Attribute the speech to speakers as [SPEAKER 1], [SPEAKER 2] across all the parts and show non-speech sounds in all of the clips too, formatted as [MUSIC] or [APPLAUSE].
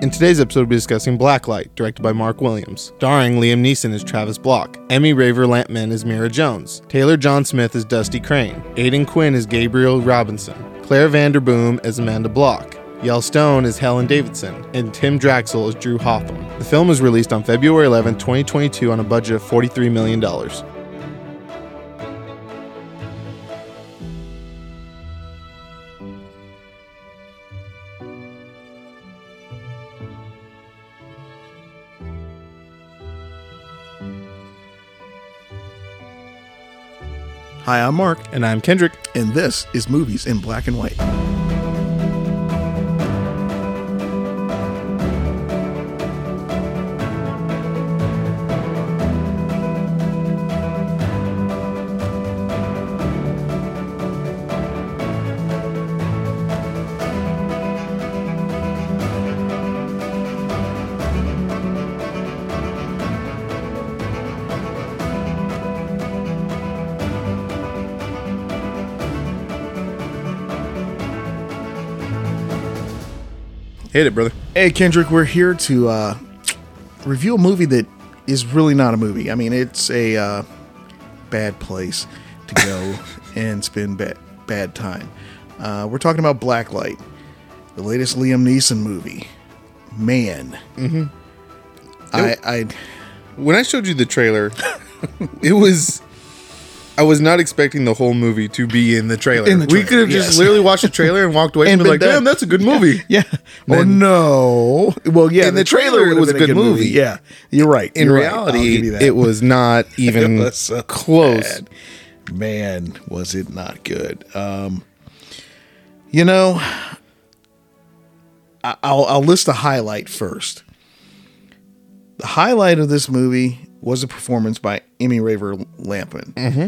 [SPEAKER 1] In today's episode, we'll be discussing Blacklight, directed by Mark Williams, starring Liam Neeson as Travis Block, Emmy Raver Lampman as Mira Jones, Taylor John Smith as Dusty Crane, Aidan Quinn as Gabriel Robinson, Claire Vanderboom as Amanda Block, Yell Stone as Helen Davidson, and Tim Draxel as Drew Hawthorne. The film was released on February 11, 2022, on a budget of $43 million.
[SPEAKER 2] Hi, I'm Mark,
[SPEAKER 1] And I'm Kendrick.
[SPEAKER 2] and this is Movies in Black and White.
[SPEAKER 1] Hit it, brother.
[SPEAKER 2] Hey, Kendrick, we're here to uh, review a movie that is really not a movie. I mean, it's a uh, bad place to go and spend bad, bad time. Uh, we're talking about Blacklight, the latest Liam Neeson movie. Man. Mm-hmm. I, I,
[SPEAKER 1] when I showed you the trailer, [LAUGHS] it was. I was not expecting the whole movie to be in the trailer.
[SPEAKER 2] In the
[SPEAKER 1] we could have
[SPEAKER 2] trailer,
[SPEAKER 1] just
[SPEAKER 2] yes.
[SPEAKER 1] literally
[SPEAKER 2] [LAUGHS]
[SPEAKER 1] watched the trailer and walked away and,
[SPEAKER 2] And
[SPEAKER 1] be
[SPEAKER 2] been
[SPEAKER 1] like,
[SPEAKER 2] done.
[SPEAKER 1] "Damn, that's a good
[SPEAKER 2] [LAUGHS]
[SPEAKER 1] movie."
[SPEAKER 2] yeah. Oh,
[SPEAKER 1] then-
[SPEAKER 2] no. Well, yeah.
[SPEAKER 1] In the trailer, it
[SPEAKER 2] would've
[SPEAKER 1] was a
[SPEAKER 2] been
[SPEAKER 1] good movie.
[SPEAKER 2] Yeah. You're right.
[SPEAKER 1] In
[SPEAKER 2] You're right. I'll give
[SPEAKER 1] reality,
[SPEAKER 2] you that.
[SPEAKER 1] it was
[SPEAKER 2] [LAUGHS]
[SPEAKER 1] not even
[SPEAKER 2] It was so
[SPEAKER 1] close.
[SPEAKER 2] bad. Man, was it not good? Um, you know, I- I'll, I'll list the highlight first. The highlight of this movie was a performance by Emmy Raver Lampman.
[SPEAKER 1] Mm-hmm.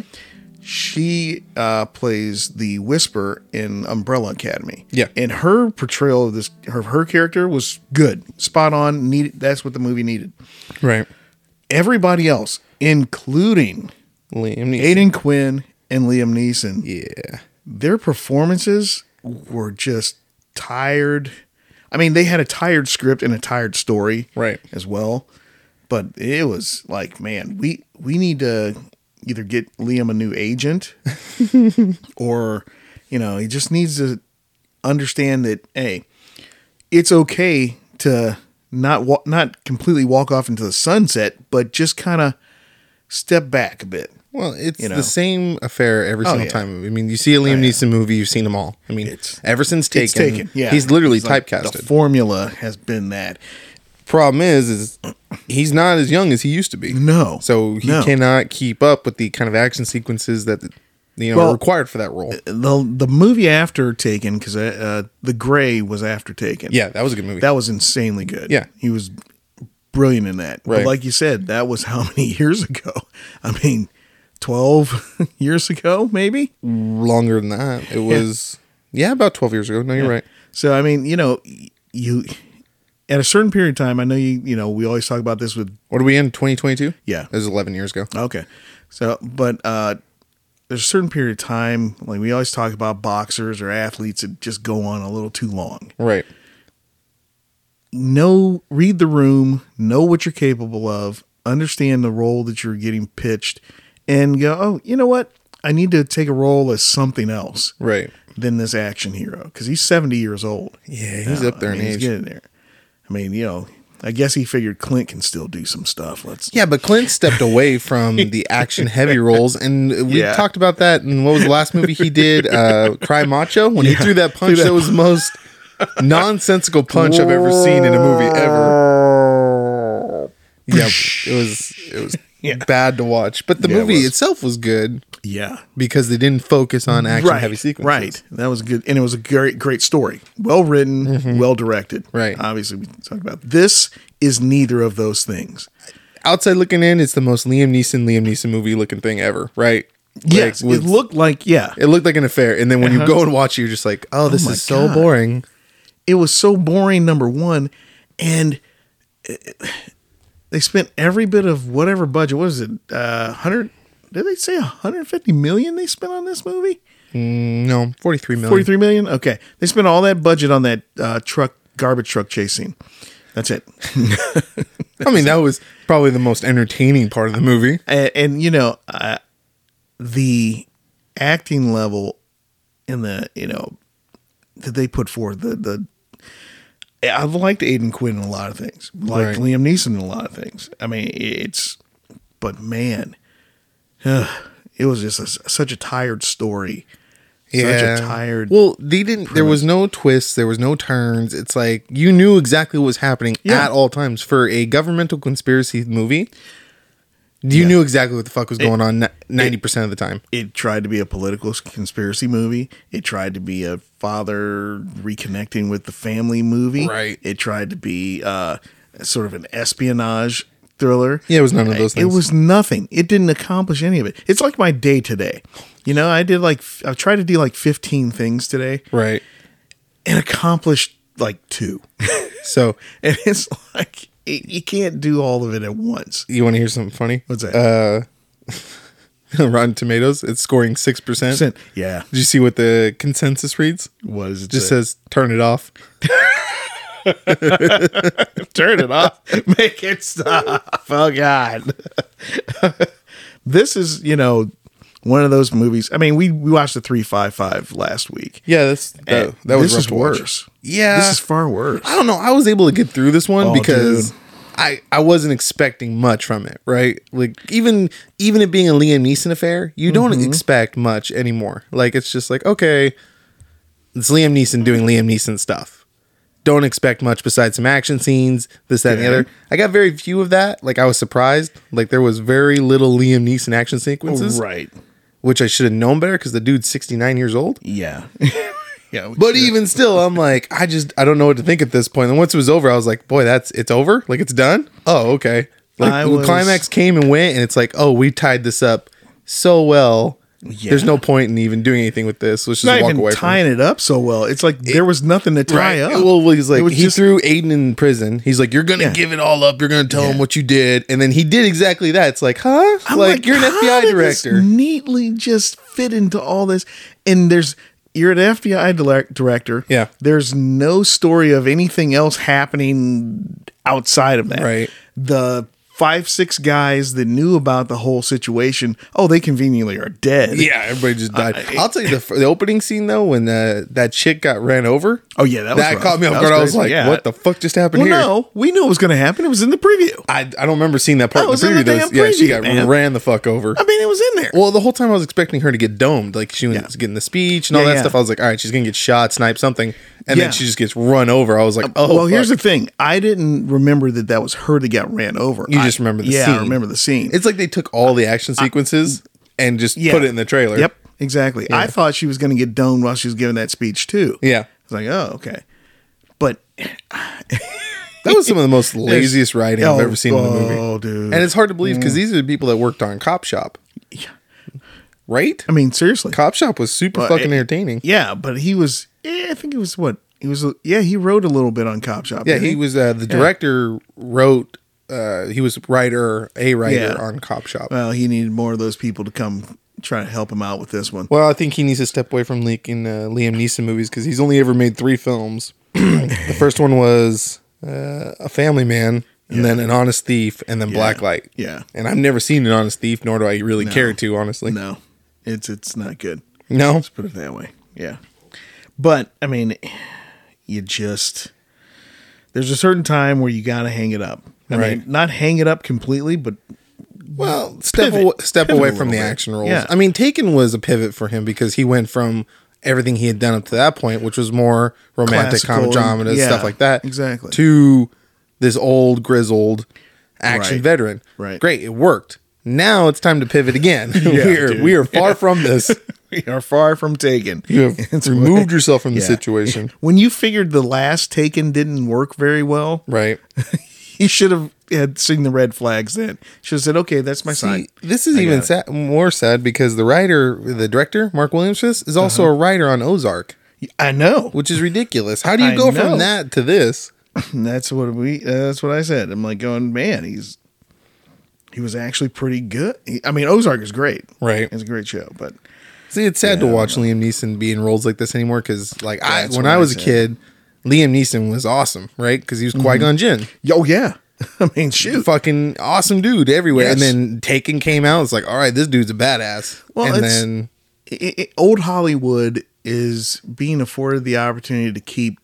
[SPEAKER 2] She uh, plays the Whisper in Umbrella Academy.
[SPEAKER 1] Yeah.
[SPEAKER 2] and her portrayal of this, her her character was good, spot on. Needed. That's what the movie needed.
[SPEAKER 1] Right,
[SPEAKER 2] Everybody else, including
[SPEAKER 1] Liam Neeson.
[SPEAKER 2] Aiden Quinn and Liam Neeson,
[SPEAKER 1] Yeah,
[SPEAKER 2] their performances were just tired. I mean, they had a tired script and a tired story,
[SPEAKER 1] Right.
[SPEAKER 2] As well, but it was like, man, we we need to either get Liam a new
[SPEAKER 1] [LAUGHS]
[SPEAKER 2] agent, or you know, he just needs to understand that hey, it's okay to not wa- not completely walk off into the sunset, but just kind of step back a bit.
[SPEAKER 1] well, it's
[SPEAKER 2] You know.
[SPEAKER 1] the same affair every single
[SPEAKER 2] yeah.
[SPEAKER 1] time. I mean, you see a Liam Neeson movie, you've seen them all. I mean,
[SPEAKER 2] It's-
[SPEAKER 1] ever since Taken,
[SPEAKER 2] It's taken. Yeah,
[SPEAKER 1] he's literally
[SPEAKER 2] It's like
[SPEAKER 1] typecasted.
[SPEAKER 2] The formula has been that.
[SPEAKER 1] Problem is, is he's not as young as he used to be.
[SPEAKER 2] No,
[SPEAKER 1] So he
[SPEAKER 2] no.
[SPEAKER 1] cannot keep up with the kind of action sequences that you know are
[SPEAKER 2] Well-
[SPEAKER 1] required for that role.
[SPEAKER 2] the the movie after Taken because uh, the Gray was after Taken.
[SPEAKER 1] Yeah, that was a good movie.
[SPEAKER 2] that was insanely good.
[SPEAKER 1] Yeah.
[SPEAKER 2] he was brilliant in that.
[SPEAKER 1] Right.
[SPEAKER 2] But like you said, that was how [LAUGHS] many years ago? I mean, twelve [LAUGHS] years ago, maybe.
[SPEAKER 1] Longer than that. It was yeah, about twelve years ago. No, you're right.
[SPEAKER 2] So I mean, you know, y- you at a certain period of time, I know you. You know, we always talk about this with
[SPEAKER 1] What are we in? Twenty twenty two?
[SPEAKER 2] Yeah.
[SPEAKER 1] It was eleven years ago.
[SPEAKER 2] Okay. So, but uh, there's a certain period of time, like we always talk about boxers or athletes that just go on a little too long.
[SPEAKER 1] Right.
[SPEAKER 2] Know, read the room, know what you're capable of, understand the role that you're getting pitched, and go, oh, you know what? I need to take a role as something else
[SPEAKER 1] Right.
[SPEAKER 2] than this action hero because he's 70 years old.
[SPEAKER 1] Yeah, he's
[SPEAKER 2] Uh,
[SPEAKER 1] up there
[SPEAKER 2] I mean,
[SPEAKER 1] in
[SPEAKER 2] he's
[SPEAKER 1] age.
[SPEAKER 2] getting there. I mean, you know, I guess he figured Clint can still do some stuff. Let's
[SPEAKER 1] Yeah, but Clint stepped away
[SPEAKER 2] [LAUGHS]
[SPEAKER 1] from the action heavy roles, and we
[SPEAKER 2] Yeah.
[SPEAKER 1] talked about that. And what was the last movie he did? Uh, Cry Macho. When he threw that punch,
[SPEAKER 2] Threw that-
[SPEAKER 1] that was the most nonsensical punch I've ever seen in a movie ever. yeah, it was it was
[SPEAKER 2] [LAUGHS] Yeah.
[SPEAKER 1] bad to watch. But the
[SPEAKER 2] Yeah, it
[SPEAKER 1] movie
[SPEAKER 2] was.
[SPEAKER 1] itself was good
[SPEAKER 2] yeah.
[SPEAKER 1] because they didn't focus on action heavy sequences.
[SPEAKER 2] Right. That was good, and it was a great, great story. Well written, well directed.
[SPEAKER 1] Mm-hmm. Right.
[SPEAKER 2] Obviously, we talked about this is neither of those things.
[SPEAKER 1] Outside looking in, it's the most Liam Neeson Liam Neeson movie looking thing ever. Right.
[SPEAKER 2] Yes,
[SPEAKER 1] Like, with-
[SPEAKER 2] it looked like yeah,
[SPEAKER 1] it looked like an affair, and then when you go and watch it, you're just like, oh, this
[SPEAKER 2] my
[SPEAKER 1] is so
[SPEAKER 2] God.
[SPEAKER 1] boring.
[SPEAKER 2] it was so boring. Number one, and it- they spent every bit of whatever budget. What was it? Uh, Hundred? Did they say 150 million they spent on this movie?
[SPEAKER 1] No, forty three million.
[SPEAKER 2] 43 million? Okay. They spent all that budget on that uh, truck, garbage truck chasing. That's it.
[SPEAKER 1] I mean, that was probably the most entertaining part of the movie.
[SPEAKER 2] and, and you know uh, the acting level in the you know that they put forward the the I've liked Aiden Quinn in a lot of things, liked
[SPEAKER 1] Right.
[SPEAKER 2] Liam Neeson in a lot of things. I mean, it's but man, [SIGHS] it was just a, such a tired story. Such a tired.
[SPEAKER 1] Well, they didn't. There was no twists. There was no turns. It's like you knew exactly what was happening
[SPEAKER 2] Yeah.
[SPEAKER 1] at all times for a governmental conspiracy movie. You knew exactly what the fuck was going on ninety percent of the time.
[SPEAKER 2] it tried to be a political conspiracy movie. It tried to be a father reconnecting with the family movie.
[SPEAKER 1] Right.
[SPEAKER 2] It tried to be uh, sort of an espionage thriller.
[SPEAKER 1] Yeah, it was none of those
[SPEAKER 2] It
[SPEAKER 1] things.
[SPEAKER 2] was nothing. It didn't accomplish any of it. It's like my day today. You know, I did like f- I tried to do like fifteen things today
[SPEAKER 1] Right.
[SPEAKER 2] and accomplished like two. [LAUGHS]
[SPEAKER 1] So
[SPEAKER 2] and it's like it, you can't do all of it at once.
[SPEAKER 1] you want to hear something funny?
[SPEAKER 2] What's that?
[SPEAKER 1] [LAUGHS] Uh, Rotten Tomatoes. It's scoring six percent. Did
[SPEAKER 2] Percent. yeah.
[SPEAKER 1] you see what the consensus reads?
[SPEAKER 2] What does it uh,
[SPEAKER 1] Just
[SPEAKER 2] say?
[SPEAKER 1] says turn it off.
[SPEAKER 2] turn
[SPEAKER 1] [LAUGHS]
[SPEAKER 2] it off. Make it stop. Oh God. [LAUGHS] this is, you know, one of those movies. I mean, we, we watched the three five five last week.
[SPEAKER 1] Yeah, that's that,
[SPEAKER 2] And
[SPEAKER 1] that was
[SPEAKER 2] this
[SPEAKER 1] rough
[SPEAKER 2] is
[SPEAKER 1] to watch.
[SPEAKER 2] worse.
[SPEAKER 1] Yeah,
[SPEAKER 2] This is far worse.
[SPEAKER 1] I don't know. I was able to get through this one
[SPEAKER 2] Oh,
[SPEAKER 1] because
[SPEAKER 2] dude.
[SPEAKER 1] I I wasn't expecting much from it, right? Like even even it being a Liam Neeson affair, you don't
[SPEAKER 2] Mm-hmm.
[SPEAKER 1] expect much anymore. Like it's just like okay, it's Liam Neeson doing Liam Neeson stuff. Don't expect much besides some action scenes, this, that, and the
[SPEAKER 2] Okay.
[SPEAKER 1] other. I got very few of that. Like I was surprised. Like there was very little Liam Neeson action sequences,
[SPEAKER 2] right.
[SPEAKER 1] which I should have known better because the dude's sixty nine years old. [LAUGHS]
[SPEAKER 2] Yeah. yeah. we
[SPEAKER 1] But
[SPEAKER 2] should-
[SPEAKER 1] even still, I'm like, I just I don't know what to think at this point. And once it was over, I was like, boy, that's it's over. Like it's done. Oh, okay. Like
[SPEAKER 2] I
[SPEAKER 1] the
[SPEAKER 2] was-
[SPEAKER 1] climax came and went, and it's like, oh, we tied this up so well.
[SPEAKER 2] Yeah.
[SPEAKER 1] There's no point in even doing anything with this. Let's just
[SPEAKER 2] not
[SPEAKER 1] walk
[SPEAKER 2] even
[SPEAKER 1] away from it.
[SPEAKER 2] tying it up so well. It's like there was nothing to
[SPEAKER 1] Right.
[SPEAKER 2] tie up.
[SPEAKER 1] Well, he's
[SPEAKER 2] It
[SPEAKER 1] like
[SPEAKER 2] was
[SPEAKER 1] he
[SPEAKER 2] just-
[SPEAKER 1] threw Aiden in prison. He's like, you're gonna
[SPEAKER 2] Yeah.
[SPEAKER 1] give it all up. You're gonna tell him
[SPEAKER 2] Yeah.
[SPEAKER 1] what you did, and then he did exactly that. It's like, huh?
[SPEAKER 2] I'm
[SPEAKER 1] like, you're an
[SPEAKER 2] how
[SPEAKER 1] FBI
[SPEAKER 2] did this
[SPEAKER 1] director.
[SPEAKER 2] neatly just fit into all this, and there's you're an FBI direct- director.
[SPEAKER 1] Yeah.
[SPEAKER 2] there's no story of anything else happening outside of that.
[SPEAKER 1] Right.
[SPEAKER 2] The five six guys that knew about the whole situation, oh, they conveniently are dead.
[SPEAKER 1] Yeah, everybody just died. I'll tell you the, f- the opening scene though, when uh, that chick got ran over.
[SPEAKER 2] Oh yeah, that, was
[SPEAKER 1] that
[SPEAKER 2] rough.
[SPEAKER 1] caught me off guard. I was
[SPEAKER 2] crazy.
[SPEAKER 1] like,
[SPEAKER 2] Yeah.
[SPEAKER 1] "What the fuck just happened
[SPEAKER 2] Well,
[SPEAKER 1] here?"
[SPEAKER 2] no, we knew it was going to happen. It was in the preview.
[SPEAKER 1] I, I don't remember seeing that part
[SPEAKER 2] Oh,
[SPEAKER 1] in
[SPEAKER 2] it's
[SPEAKER 1] the
[SPEAKER 2] in
[SPEAKER 1] preview.
[SPEAKER 2] the
[SPEAKER 1] though.
[SPEAKER 2] damn
[SPEAKER 1] yeah, she
[SPEAKER 2] preview,
[SPEAKER 1] got
[SPEAKER 2] man.
[SPEAKER 1] ran the fuck over.
[SPEAKER 2] I mean, it was in there.
[SPEAKER 1] Well, the whole time I was expecting her to get domed, like she was getting the speech and all
[SPEAKER 2] Yeah,
[SPEAKER 1] that
[SPEAKER 2] yeah.
[SPEAKER 1] stuff. I was like, "All right, she's gonna get shot, snipe something," and
[SPEAKER 2] Yeah. Um,
[SPEAKER 1] then she just gets run over. I was like, "Oh,
[SPEAKER 2] well, here's the
[SPEAKER 1] fuck.
[SPEAKER 2] thing. I didn't remember that that was her that got ran over.
[SPEAKER 1] You
[SPEAKER 2] I-
[SPEAKER 1] just remember the
[SPEAKER 2] yeah,
[SPEAKER 1] scene.
[SPEAKER 2] I remember the scene.
[SPEAKER 1] It's like they took all the action sequences and just
[SPEAKER 2] Yeah.
[SPEAKER 1] put it in the trailer.
[SPEAKER 2] yep, exactly. I thought she was going to get domed while she was giving that speech too.
[SPEAKER 1] Yeah,
[SPEAKER 2] I was like, oh, okay. But
[SPEAKER 1] that was some of the
[SPEAKER 2] [LAUGHS]
[SPEAKER 1] most laziest writing I've
[SPEAKER 2] oh, Mm.
[SPEAKER 1] ever seen in the movie.
[SPEAKER 2] Oh, dude.
[SPEAKER 1] And it's hard to believe because these are the people that worked on Cop Shop, right?
[SPEAKER 2] I mean, seriously.
[SPEAKER 1] Cop Shop was super
[SPEAKER 2] Well,
[SPEAKER 1] fucking
[SPEAKER 2] it-
[SPEAKER 1] entertaining.
[SPEAKER 2] Yeah, but he was. eh, I think it was what he was. Yeah, he wrote a little bit on Cop Shop.
[SPEAKER 1] Yeah,
[SPEAKER 2] didn't
[SPEAKER 1] he was uh, the director. Wrote uh, he was writer, a writer
[SPEAKER 2] Yeah.
[SPEAKER 1] on Cop Shop.
[SPEAKER 2] Well, he needed more of those people to come try to help him out with this one.
[SPEAKER 1] Well, I think he needs to step away from leaking uh, Liam Neeson movies because he's only ever made three [CLEARS THROAT] films. the first one was uh, A Family Man, and then An Honest Thief, and then Blacklight.
[SPEAKER 2] Yeah.
[SPEAKER 1] and I've never seen An Honest Thief, nor do I really care to, honestly. No,
[SPEAKER 2] No, it's it's not good.
[SPEAKER 1] no,
[SPEAKER 2] Put it that way. Yeah. But I mean, you just there's a certain time where you got to hang it up. I
[SPEAKER 1] Right.
[SPEAKER 2] Mean, not hang it up completely, but
[SPEAKER 1] Well, step
[SPEAKER 2] pivot.
[SPEAKER 1] awa- step
[SPEAKER 2] Pivot
[SPEAKER 1] away
[SPEAKER 2] a
[SPEAKER 1] from the
[SPEAKER 2] little bit.
[SPEAKER 1] action roles.
[SPEAKER 2] Yeah.
[SPEAKER 1] I mean, Taken was a pivot for him because he went from everything he had done up to that point, which was more romantic
[SPEAKER 2] Classical and-
[SPEAKER 1] comedramas,
[SPEAKER 2] yeah,
[SPEAKER 1] stuff like that,
[SPEAKER 2] exactly.
[SPEAKER 1] to this old grizzled action
[SPEAKER 2] Right.
[SPEAKER 1] veteran.
[SPEAKER 2] Right.
[SPEAKER 1] Great, it worked. Now it's time to pivot again. [LAUGHS] we are
[SPEAKER 2] dude.
[SPEAKER 1] we are far from
[SPEAKER 2] [LAUGHS]
[SPEAKER 1] this.
[SPEAKER 2] we are far from taken.
[SPEAKER 1] You have
[SPEAKER 2] [LAUGHS] It's
[SPEAKER 1] removed yourself from the
[SPEAKER 2] Yeah. [LAUGHS]
[SPEAKER 1] situation,
[SPEAKER 2] When you figured the last taken didn't work very well,
[SPEAKER 1] right?
[SPEAKER 2] you should have had seen the red flags then. Should have said, "Okay, that's my sign."
[SPEAKER 1] See, this is even
[SPEAKER 2] it.
[SPEAKER 1] sad, more sad because the writer, the director, Mark Williams, is
[SPEAKER 2] Uh-huh.
[SPEAKER 1] also a writer on Ozark.
[SPEAKER 2] I know.
[SPEAKER 1] which is ridiculous. How do you
[SPEAKER 2] I
[SPEAKER 1] go
[SPEAKER 2] know.
[SPEAKER 1] from that to this?
[SPEAKER 2] And that's what we. Uh, that's what I said. I'm like going, man. He's he was actually pretty good. He- I mean, Ozark is great.
[SPEAKER 1] Right.
[SPEAKER 2] It's a great show, but
[SPEAKER 1] See, it's sad to watch Liam Neeson be in roles like this anymore because, like, I
[SPEAKER 2] That's
[SPEAKER 1] when
[SPEAKER 2] what
[SPEAKER 1] I
[SPEAKER 2] I
[SPEAKER 1] was a
[SPEAKER 2] said.
[SPEAKER 1] kid, Liam Neeson was awesome, right? Because he was Qui Gon Jinn.
[SPEAKER 2] Oh yeah. [LAUGHS] I mean, shoot.
[SPEAKER 1] Fucking awesome dude everywhere. And
[SPEAKER 2] Yes.
[SPEAKER 1] then Taken came out. It's like, all right, this dude's a badass.
[SPEAKER 2] Well,
[SPEAKER 1] and
[SPEAKER 2] it's-
[SPEAKER 1] then
[SPEAKER 2] I- I- old Hollywood is being afforded the opportunity to keep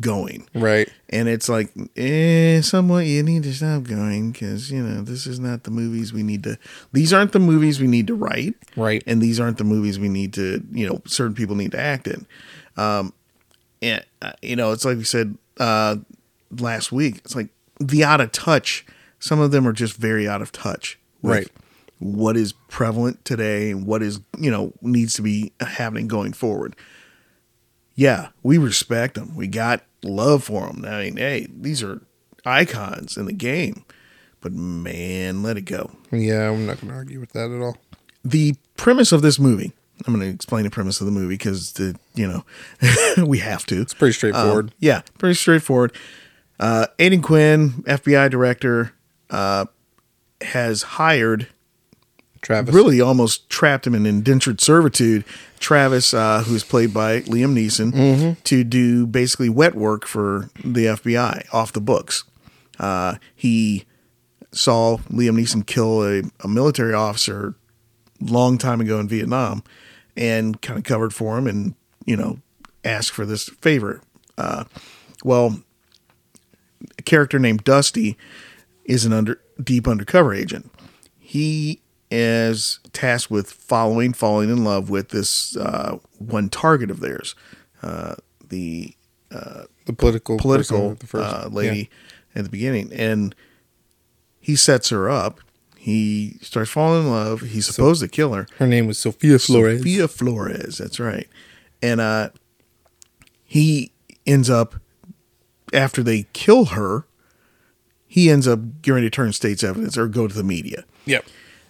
[SPEAKER 2] going.
[SPEAKER 1] right,
[SPEAKER 2] And it's like, eh, somewhat you need to stop going because, you know, this is not the movies we need to, these aren't the movies we need to write.
[SPEAKER 1] right,
[SPEAKER 2] And these aren't the movies we need to, you know, certain people need to act in. Um, and, uh, you know, it's like we said uh, last week, it's like the out of touch. Some of them are just very out of touch. with
[SPEAKER 1] Right.
[SPEAKER 2] What is prevalent today and what is, you know, needs to be happening going forward yeah, we respect them. We got love for them. I mean, hey, these are icons in the game. But man, let it go.
[SPEAKER 1] yeah. I'm not gonna argue with that at all.
[SPEAKER 2] The premise of this movie. I'm going to explain the premise of the movie because the you know [LAUGHS] we have to. It's
[SPEAKER 1] Pretty straightforward.
[SPEAKER 2] yeah, pretty straightforward. Uh, Aiden Quinn, FBI director, uh, has hired
[SPEAKER 1] Travis,
[SPEAKER 2] really almost trapped him in indentured servitude. Travis, uh, who's played by Liam Neeson, to do basically wet work for the FBI off the books. Uh, he saw Liam Neeson kill a, a military officer long time ago in Vietnam and kind of covered for him and, you know, asked for this favor. Uh, well, a character named Dusty is an under deep undercover agent. He is tasked with following, falling in love with this uh, one target of theirs, uh, the
[SPEAKER 1] the political person
[SPEAKER 2] political
[SPEAKER 1] of the first-
[SPEAKER 2] uh, lady at the beginning, and he sets her up. He starts falling in love. He's supposed to kill her.
[SPEAKER 1] yeah. Her name was Sophia Flores.
[SPEAKER 2] Sophia Flores. That's right. And uh, he ends up after they kill her. He ends up getting ready to turn state's evidence or go to the media,
[SPEAKER 1] Yep.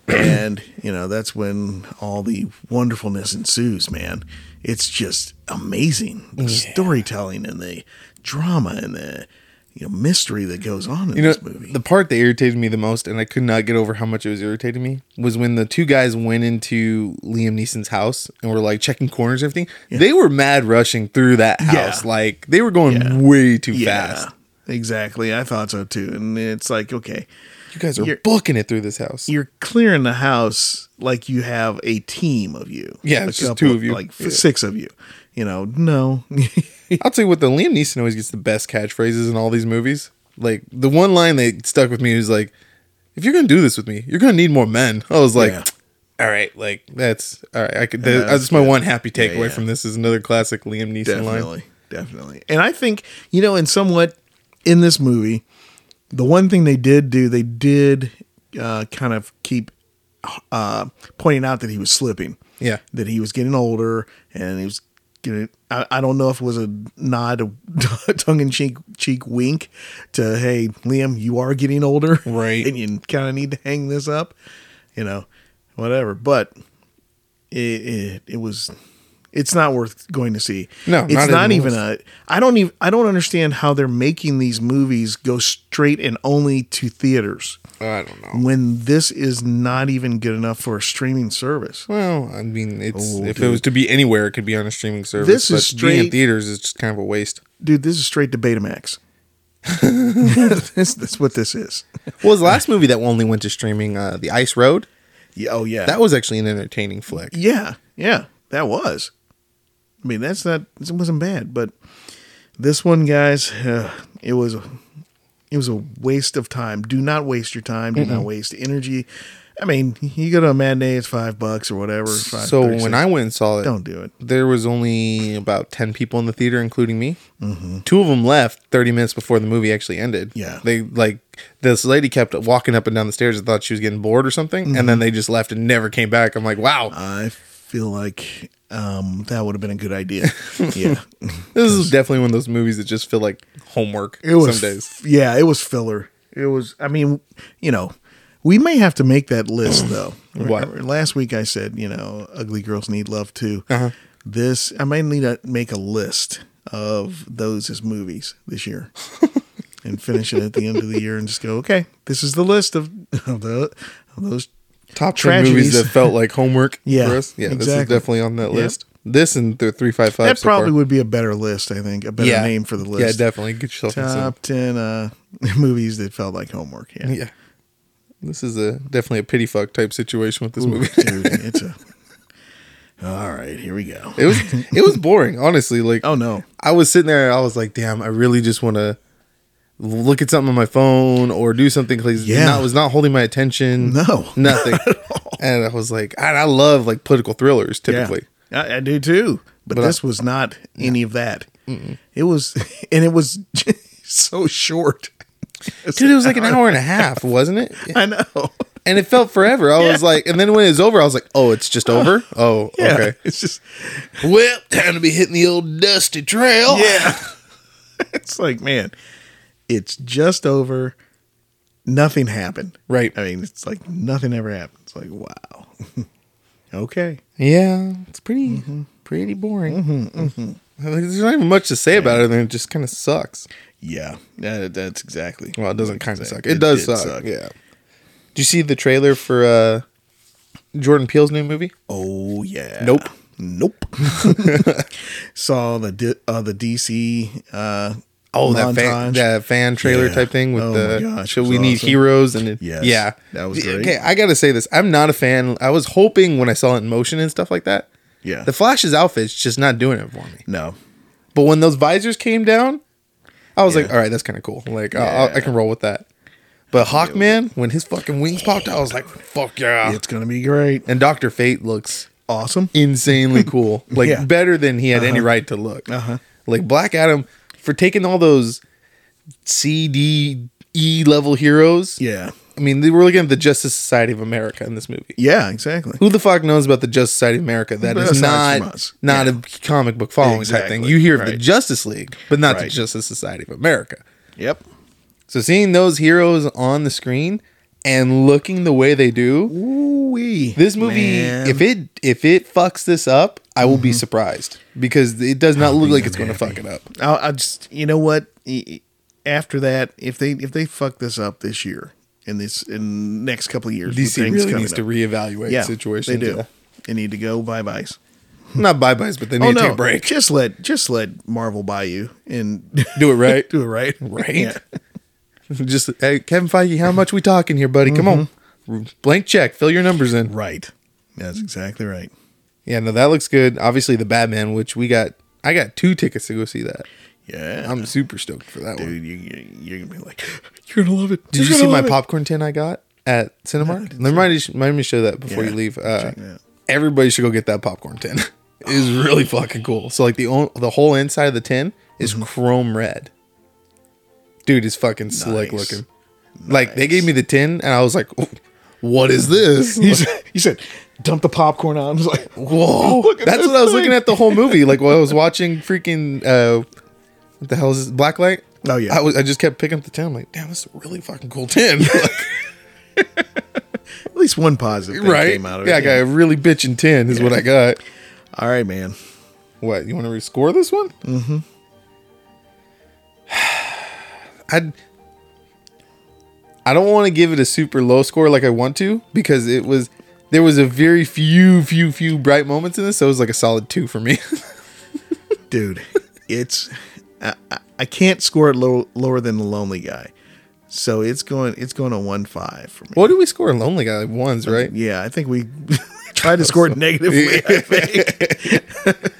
[SPEAKER 2] and you know that's when all the wonderfulness ensues. Man, it's just amazing the storytelling and the drama and the you know mystery that goes on in
[SPEAKER 1] You know,
[SPEAKER 2] this movie.
[SPEAKER 1] the part that irritated me the most, and I could not get over how much it was irritating me, was when the two guys went into Liam Neeson's house and were like checking corners and everything. They were mad rushing through that house. Like they were going
[SPEAKER 2] Yeah.
[SPEAKER 1] way too fast.
[SPEAKER 2] exactly. I thought so too. And it's like okay.
[SPEAKER 1] You guys are
[SPEAKER 2] You're-
[SPEAKER 1] booking it through this house.
[SPEAKER 2] you're clearing the house like you have a team of you.
[SPEAKER 1] Yeah,
[SPEAKER 2] A
[SPEAKER 1] it's just
[SPEAKER 2] couple
[SPEAKER 1] two of you.
[SPEAKER 2] like f-
[SPEAKER 1] Yeah.
[SPEAKER 2] six of you. You know, no, [LAUGHS]
[SPEAKER 1] I'll tell you what, the Liam Neeson always gets the best catchphrases in all these movies. Like the one line that stuck with me was like, "If you're gonna do this with me, you're gonna need more men." [LAUGHS] I was like,
[SPEAKER 2] Yeah.
[SPEAKER 1] "All right, like that's all right." I could. That,
[SPEAKER 2] that's
[SPEAKER 1] that's my one happy takeaway
[SPEAKER 2] yeah.
[SPEAKER 1] from this is another classic Liam Neeson line.
[SPEAKER 2] definitely, definitely. And I think you know, in somewhat in this movie, the one thing they did do, they did uh, kind of keep uh, pointing out that he was slipping.
[SPEAKER 1] Yeah.
[SPEAKER 2] that he was getting older and he was getting. I, I don't know if it was a nod, a [LAUGHS] tongue in cheek cheek wink to hey Liam, you are getting older,
[SPEAKER 1] Right.
[SPEAKER 2] [LAUGHS] And you kind of need to hang this up, you know, whatever. But it it, it was. It's not worth going to see.
[SPEAKER 1] No,
[SPEAKER 2] it's
[SPEAKER 1] not
[SPEAKER 2] not,
[SPEAKER 1] in the
[SPEAKER 2] even a. I don't even. I don't understand how they're making these movies go straight and only to theaters
[SPEAKER 1] I don't know.
[SPEAKER 2] when this is not even good enough for a streaming service.
[SPEAKER 1] Well, I mean, it's
[SPEAKER 2] Oh,
[SPEAKER 1] if it
[SPEAKER 2] dude.
[SPEAKER 1] was to be anywhere, it could be on a streaming service.
[SPEAKER 2] This
[SPEAKER 1] but
[SPEAKER 2] is
[SPEAKER 1] being in
[SPEAKER 2] straight-
[SPEAKER 1] theaters is just kind of a waste.
[SPEAKER 2] dude, this is straight to [LAUGHS] Betamax. this, that's what this is.
[SPEAKER 1] Well, his last movie that only went to streaming, uh, The Ice Road,
[SPEAKER 2] Yeah, oh yeah,
[SPEAKER 1] that was actually an entertaining flick.
[SPEAKER 2] yeah, yeah, that was. I mean, that's not it wasn't bad, but this one, guys, uh, it was it was a waste of time. Do not waste your time. Do not waste energy. I mean, you go to a matinee, it's five bucks or whatever. Five,
[SPEAKER 1] So
[SPEAKER 2] 36.
[SPEAKER 1] when I went and saw it,
[SPEAKER 2] don't do it,
[SPEAKER 1] there was only about 10 people in the theater including me two of them left 30 minutes before the movie actually ended
[SPEAKER 2] Mm-hmm. Yeah.
[SPEAKER 1] they like this lady kept walking up and down the stairs and thought she was getting bored or something and
[SPEAKER 2] Mm-hmm.
[SPEAKER 1] then they just left and never came back i'm like wow
[SPEAKER 2] I feel like um, that would have been a good [LAUGHS] idea. yeah,
[SPEAKER 1] this is definitely one of those movies that just feel like homework
[SPEAKER 2] It was
[SPEAKER 1] some days
[SPEAKER 2] Yeah, it was filler. It was. I mean, you know, we may have to make that list though.
[SPEAKER 1] [CLEARS THROAT] What?
[SPEAKER 2] Remember, Last week I said, you know, ugly girls need love too.
[SPEAKER 1] Uh-huh.
[SPEAKER 2] This I might need to make a list of those as movies this year.
[SPEAKER 1] [LAUGHS]
[SPEAKER 2] And finish it at the end of the year, and just go. Okay, this is the list of, of the of those
[SPEAKER 1] top 10
[SPEAKER 2] Tragedies.
[SPEAKER 1] movies that felt like homework
[SPEAKER 2] [LAUGHS] Yeah,
[SPEAKER 1] for us yeah this is
[SPEAKER 2] exactly.
[SPEAKER 1] definitely on that
[SPEAKER 2] Yep.
[SPEAKER 1] list This and the 355.
[SPEAKER 2] That
[SPEAKER 1] so far.
[SPEAKER 2] probably would be a better list, I think. A better
[SPEAKER 1] Yeah.
[SPEAKER 2] name for the
[SPEAKER 1] Yeah,
[SPEAKER 2] list.
[SPEAKER 1] definitely. Get yourself in some.
[SPEAKER 2] Top 10 uh, [LAUGHS] movies that felt like homework. Yeah.
[SPEAKER 1] Yeah. This is a definitely a pity fuck type situation with this
[SPEAKER 2] [LAUGHS]
[SPEAKER 1] movie. [LAUGHS]
[SPEAKER 2] Dude, it's a. All right, here we go.
[SPEAKER 1] It was it was boring, honestly. Like
[SPEAKER 2] Oh, no.
[SPEAKER 1] I was sitting there, I was like, damn, I really just want to look at something on my phone or do something because
[SPEAKER 2] Yeah.
[SPEAKER 1] it was not holding my attention.
[SPEAKER 2] No.
[SPEAKER 1] [LAUGHS] nothing. and I was like, and I love like political thrillers typically.
[SPEAKER 2] Yeah. I, I do too. But,
[SPEAKER 1] But I-
[SPEAKER 2] this was not any of that. It was, [LAUGHS] and it was so short.
[SPEAKER 1] Dude, it was like an hour and a half, wasn't it?
[SPEAKER 2] [LAUGHS] I know.
[SPEAKER 1] And it felt forever. I was like, and then when it was over, I was like, oh, it's just over. Oh,
[SPEAKER 2] [LAUGHS] Yeah.
[SPEAKER 1] okay.
[SPEAKER 2] It's just,
[SPEAKER 1] Well, time to be hitting the old dusty trail.
[SPEAKER 2] yeah. [LAUGHS] it's like, man, it's just over. Nothing happened.
[SPEAKER 1] Right.
[SPEAKER 2] I mean, it's like nothing ever happened. It's like, wow. [LAUGHS] okay.
[SPEAKER 1] Yeah, it's pretty
[SPEAKER 2] Mm-hmm.
[SPEAKER 1] pretty boring. Like, There's not even much to say about it, other than it just kind of sucks.
[SPEAKER 2] Yeah. That, that's exactly.
[SPEAKER 1] Well, it doesn't kind of suck.
[SPEAKER 2] It
[SPEAKER 1] It, does
[SPEAKER 2] did
[SPEAKER 1] suck.
[SPEAKER 2] suck.
[SPEAKER 1] Yeah. Do you see the trailer for uh, Jordan Peele's new movie?
[SPEAKER 2] Oh yeah.
[SPEAKER 1] Nope.
[SPEAKER 2] Nope. [LAUGHS] Saw the D- uh, the DC. Uh,
[SPEAKER 1] Oh, that fan,
[SPEAKER 2] montage.
[SPEAKER 1] that fan trailer
[SPEAKER 2] Yeah.
[SPEAKER 1] type thing with
[SPEAKER 2] Oh
[SPEAKER 1] the
[SPEAKER 2] my gosh,
[SPEAKER 1] "Shall
[SPEAKER 2] it
[SPEAKER 1] we
[SPEAKER 2] was
[SPEAKER 1] need
[SPEAKER 2] awesome.
[SPEAKER 1] heroes and it,
[SPEAKER 2] Yes,
[SPEAKER 1] yeah,
[SPEAKER 2] that was great.
[SPEAKER 1] Okay, I gotta say this. I'm not a fan. I was hoping when I saw it in motion and stuff like that.
[SPEAKER 2] Yeah.
[SPEAKER 1] The Flash's outfit's just not doing it for me.
[SPEAKER 2] no.
[SPEAKER 1] But when those visors came down, I was
[SPEAKER 2] Yeah.
[SPEAKER 1] like, all right, that's kind of cool. Like, I- I, I can roll with that. But Hawkman, when his fucking wings popped out, I was like, fuck yeah.
[SPEAKER 2] It's gonna be great.
[SPEAKER 1] And Dr. Fate looks
[SPEAKER 2] Awesome. [LAUGHS]
[SPEAKER 1] insanely cool. Like,
[SPEAKER 2] Yeah.
[SPEAKER 1] better than he had any right to look.
[SPEAKER 2] Uh-huh.
[SPEAKER 1] Like, Black Adam, for taking all those C, D, E level heroes,
[SPEAKER 2] Yeah.
[SPEAKER 1] I mean, they were looking at the Justice Society of America in this movie.
[SPEAKER 2] Yeah. Exactly.
[SPEAKER 1] Who the fuck knows about the Justice Society of America? That is
[SPEAKER 2] Aside from
[SPEAKER 1] not
[SPEAKER 2] us.
[SPEAKER 1] not a comic book following type thing.
[SPEAKER 2] Exactly.
[SPEAKER 1] You hear of the
[SPEAKER 2] Right.
[SPEAKER 1] Justice League, but not the
[SPEAKER 2] Right.
[SPEAKER 1] Justice Society of America.
[SPEAKER 2] Yep.
[SPEAKER 1] So seeing those heroes on the screen and looking the way they do,
[SPEAKER 2] Ooh
[SPEAKER 1] this movie, if it if it fucks this up, I will
[SPEAKER 2] Mm-hmm.
[SPEAKER 1] be surprised because it does not look like it's going to fuck it up.
[SPEAKER 2] I'll, I'll just you know what E- e- after that if they if they fuck this up this year in this in next couple of years with
[SPEAKER 1] DC
[SPEAKER 2] things
[SPEAKER 1] really
[SPEAKER 2] coming
[SPEAKER 1] needs to
[SPEAKER 2] up.
[SPEAKER 1] reevaluate the situation.
[SPEAKER 2] they do
[SPEAKER 1] Yeah.
[SPEAKER 2] they need to go bye byes
[SPEAKER 1] Not bye byes, but they need
[SPEAKER 2] oh
[SPEAKER 1] to
[SPEAKER 2] no
[SPEAKER 1] take a break.
[SPEAKER 2] just let just let Marvel buy you and [LAUGHS]
[SPEAKER 1] Do it right.
[SPEAKER 2] do it right
[SPEAKER 1] Right?
[SPEAKER 2] Yeah.
[SPEAKER 1] [LAUGHS] Just hey, Kevin Feige, how much we talking here, buddy? Come
[SPEAKER 2] Mm-hmm.
[SPEAKER 1] on, blank check, fill your numbers in.
[SPEAKER 2] right that's exactly right
[SPEAKER 1] Yeah, no, that looks good. Obviously, the Batman, which we got, I got two tickets to go see that.
[SPEAKER 2] yeah
[SPEAKER 1] I'm super stoked for that one.
[SPEAKER 2] dude you, you you're gonna be like [GASPS] you're gonna love it
[SPEAKER 1] Did you see my
[SPEAKER 2] [LAUGHS]
[SPEAKER 1] popcorn tin I got at Cinemark? Let me remind, you- remind me to show that before you
[SPEAKER 2] Yeah,
[SPEAKER 1] leave. Uh,
[SPEAKER 2] that out. Oh.
[SPEAKER 1] everybody should go get that popcorn tin. [LAUGHS] it is really fucking cool. So like the on- the whole inside of the tin is
[SPEAKER 2] Mm-hmm.
[SPEAKER 1] chrome red. Dude is fucking slick
[SPEAKER 2] Nice.
[SPEAKER 1] looking. Like they gave me the tin and I was like, "Ooh, what is
[SPEAKER 2] [LAUGHS]
[SPEAKER 1] this?
[SPEAKER 2] he said, he said dump the popcorn out [LAUGHS] I was like
[SPEAKER 1] Whoa!
[SPEAKER 2] [LAUGHS] Oh,
[SPEAKER 1] [LAUGHS]
[SPEAKER 2] Look at
[SPEAKER 1] That's
[SPEAKER 2] this
[SPEAKER 1] what I was
[SPEAKER 2] thing.
[SPEAKER 1] looking at the whole movie. Like while I
[SPEAKER 2] [LAUGHS]
[SPEAKER 1] was watching freaking uh, what the hell is this? Blacklight?
[SPEAKER 2] Oh, yeah.
[SPEAKER 1] I was I just kept picking up the tin. I'm like, damn, this is a really fucking cool tin.
[SPEAKER 2] [LAUGHS]
[SPEAKER 1] Like,
[SPEAKER 2] at least one positive thing
[SPEAKER 1] right?
[SPEAKER 2] came out of
[SPEAKER 1] yeah, I
[SPEAKER 2] it
[SPEAKER 1] got a really bitchin' tin is what I got.
[SPEAKER 2] all right man
[SPEAKER 1] What you want to rescore this one? Mm-hmm. [SIGHS] I I don't want to give it a super low score like I want to because it was there was a very few few few bright moments in this. So it was like a solid two for me. [LAUGHS]
[SPEAKER 2] dude [LAUGHS] it's I, I- I can't score it low, lower than the lonely guy so it's going it's going to one five for me
[SPEAKER 1] What do we score in Lonely Guy? Like ones, right?
[SPEAKER 2] yeah i think we [LAUGHS] tried to score it negatively I think.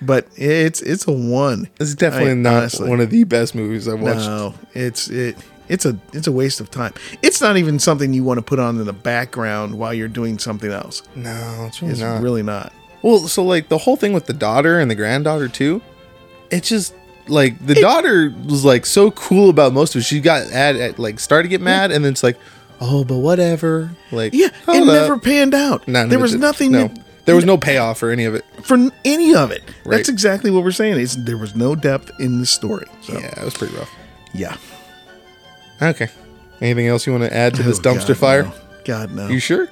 [SPEAKER 2] [LAUGHS] but it's it's a one
[SPEAKER 1] It's definitely
[SPEAKER 2] I-
[SPEAKER 1] not
[SPEAKER 2] honestly.
[SPEAKER 1] one of the best movies I've watched.
[SPEAKER 2] no it's it it's a it's a waste of time it's not even something you want to put on in the background while you're doing something else
[SPEAKER 1] No, it's really
[SPEAKER 2] it's
[SPEAKER 1] not.
[SPEAKER 2] really not
[SPEAKER 1] well, so like the whole thing with the daughter and the granddaughter too, it's just like the daughter was like so cool about most of it. She got at, at like started to get mad, and then it's like, oh, but whatever. Like "Oh,
[SPEAKER 2] yeah it
[SPEAKER 1] hold up.
[SPEAKER 2] never panned out
[SPEAKER 1] No, no,
[SPEAKER 2] there
[SPEAKER 1] it
[SPEAKER 2] was
[SPEAKER 1] didn't.
[SPEAKER 2] nothing
[SPEAKER 1] No.
[SPEAKER 2] that
[SPEAKER 1] there was no payoff for any of it.
[SPEAKER 2] for n- any of it.
[SPEAKER 1] Right.
[SPEAKER 2] That's exactly what we're saying. Is there was no depth in the story. So,
[SPEAKER 1] Yeah, it was pretty rough.
[SPEAKER 2] yeah.
[SPEAKER 1] Okay. Anything else you want to add to this
[SPEAKER 2] Oh,
[SPEAKER 1] dumpster
[SPEAKER 2] God,
[SPEAKER 1] fire?
[SPEAKER 2] no. God no.
[SPEAKER 1] You sure?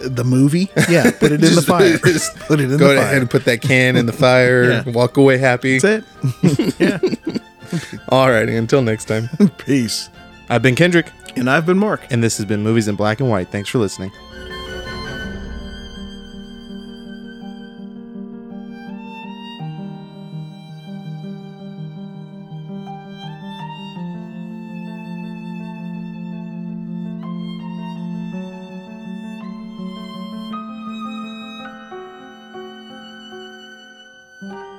[SPEAKER 2] the movie? Yeah. Put
[SPEAKER 1] [LAUGHS]
[SPEAKER 2] it in the
[SPEAKER 1] Just-
[SPEAKER 2] fire.
[SPEAKER 1] just
[SPEAKER 2] put it in
[SPEAKER 1] Go
[SPEAKER 2] the
[SPEAKER 1] ahead
[SPEAKER 2] fire.
[SPEAKER 1] and put that can in the fire.
[SPEAKER 2] [LAUGHS] Yeah.
[SPEAKER 1] Walk away happy.
[SPEAKER 2] That's it. yeah.
[SPEAKER 1] All right, until next
[SPEAKER 2] [LAUGHS]
[SPEAKER 1] time.
[SPEAKER 2] Peace.
[SPEAKER 1] I've been Kendrick,
[SPEAKER 2] And I've been Mark.
[SPEAKER 1] and this has been Movies in Black and White. Thanks for listening. later.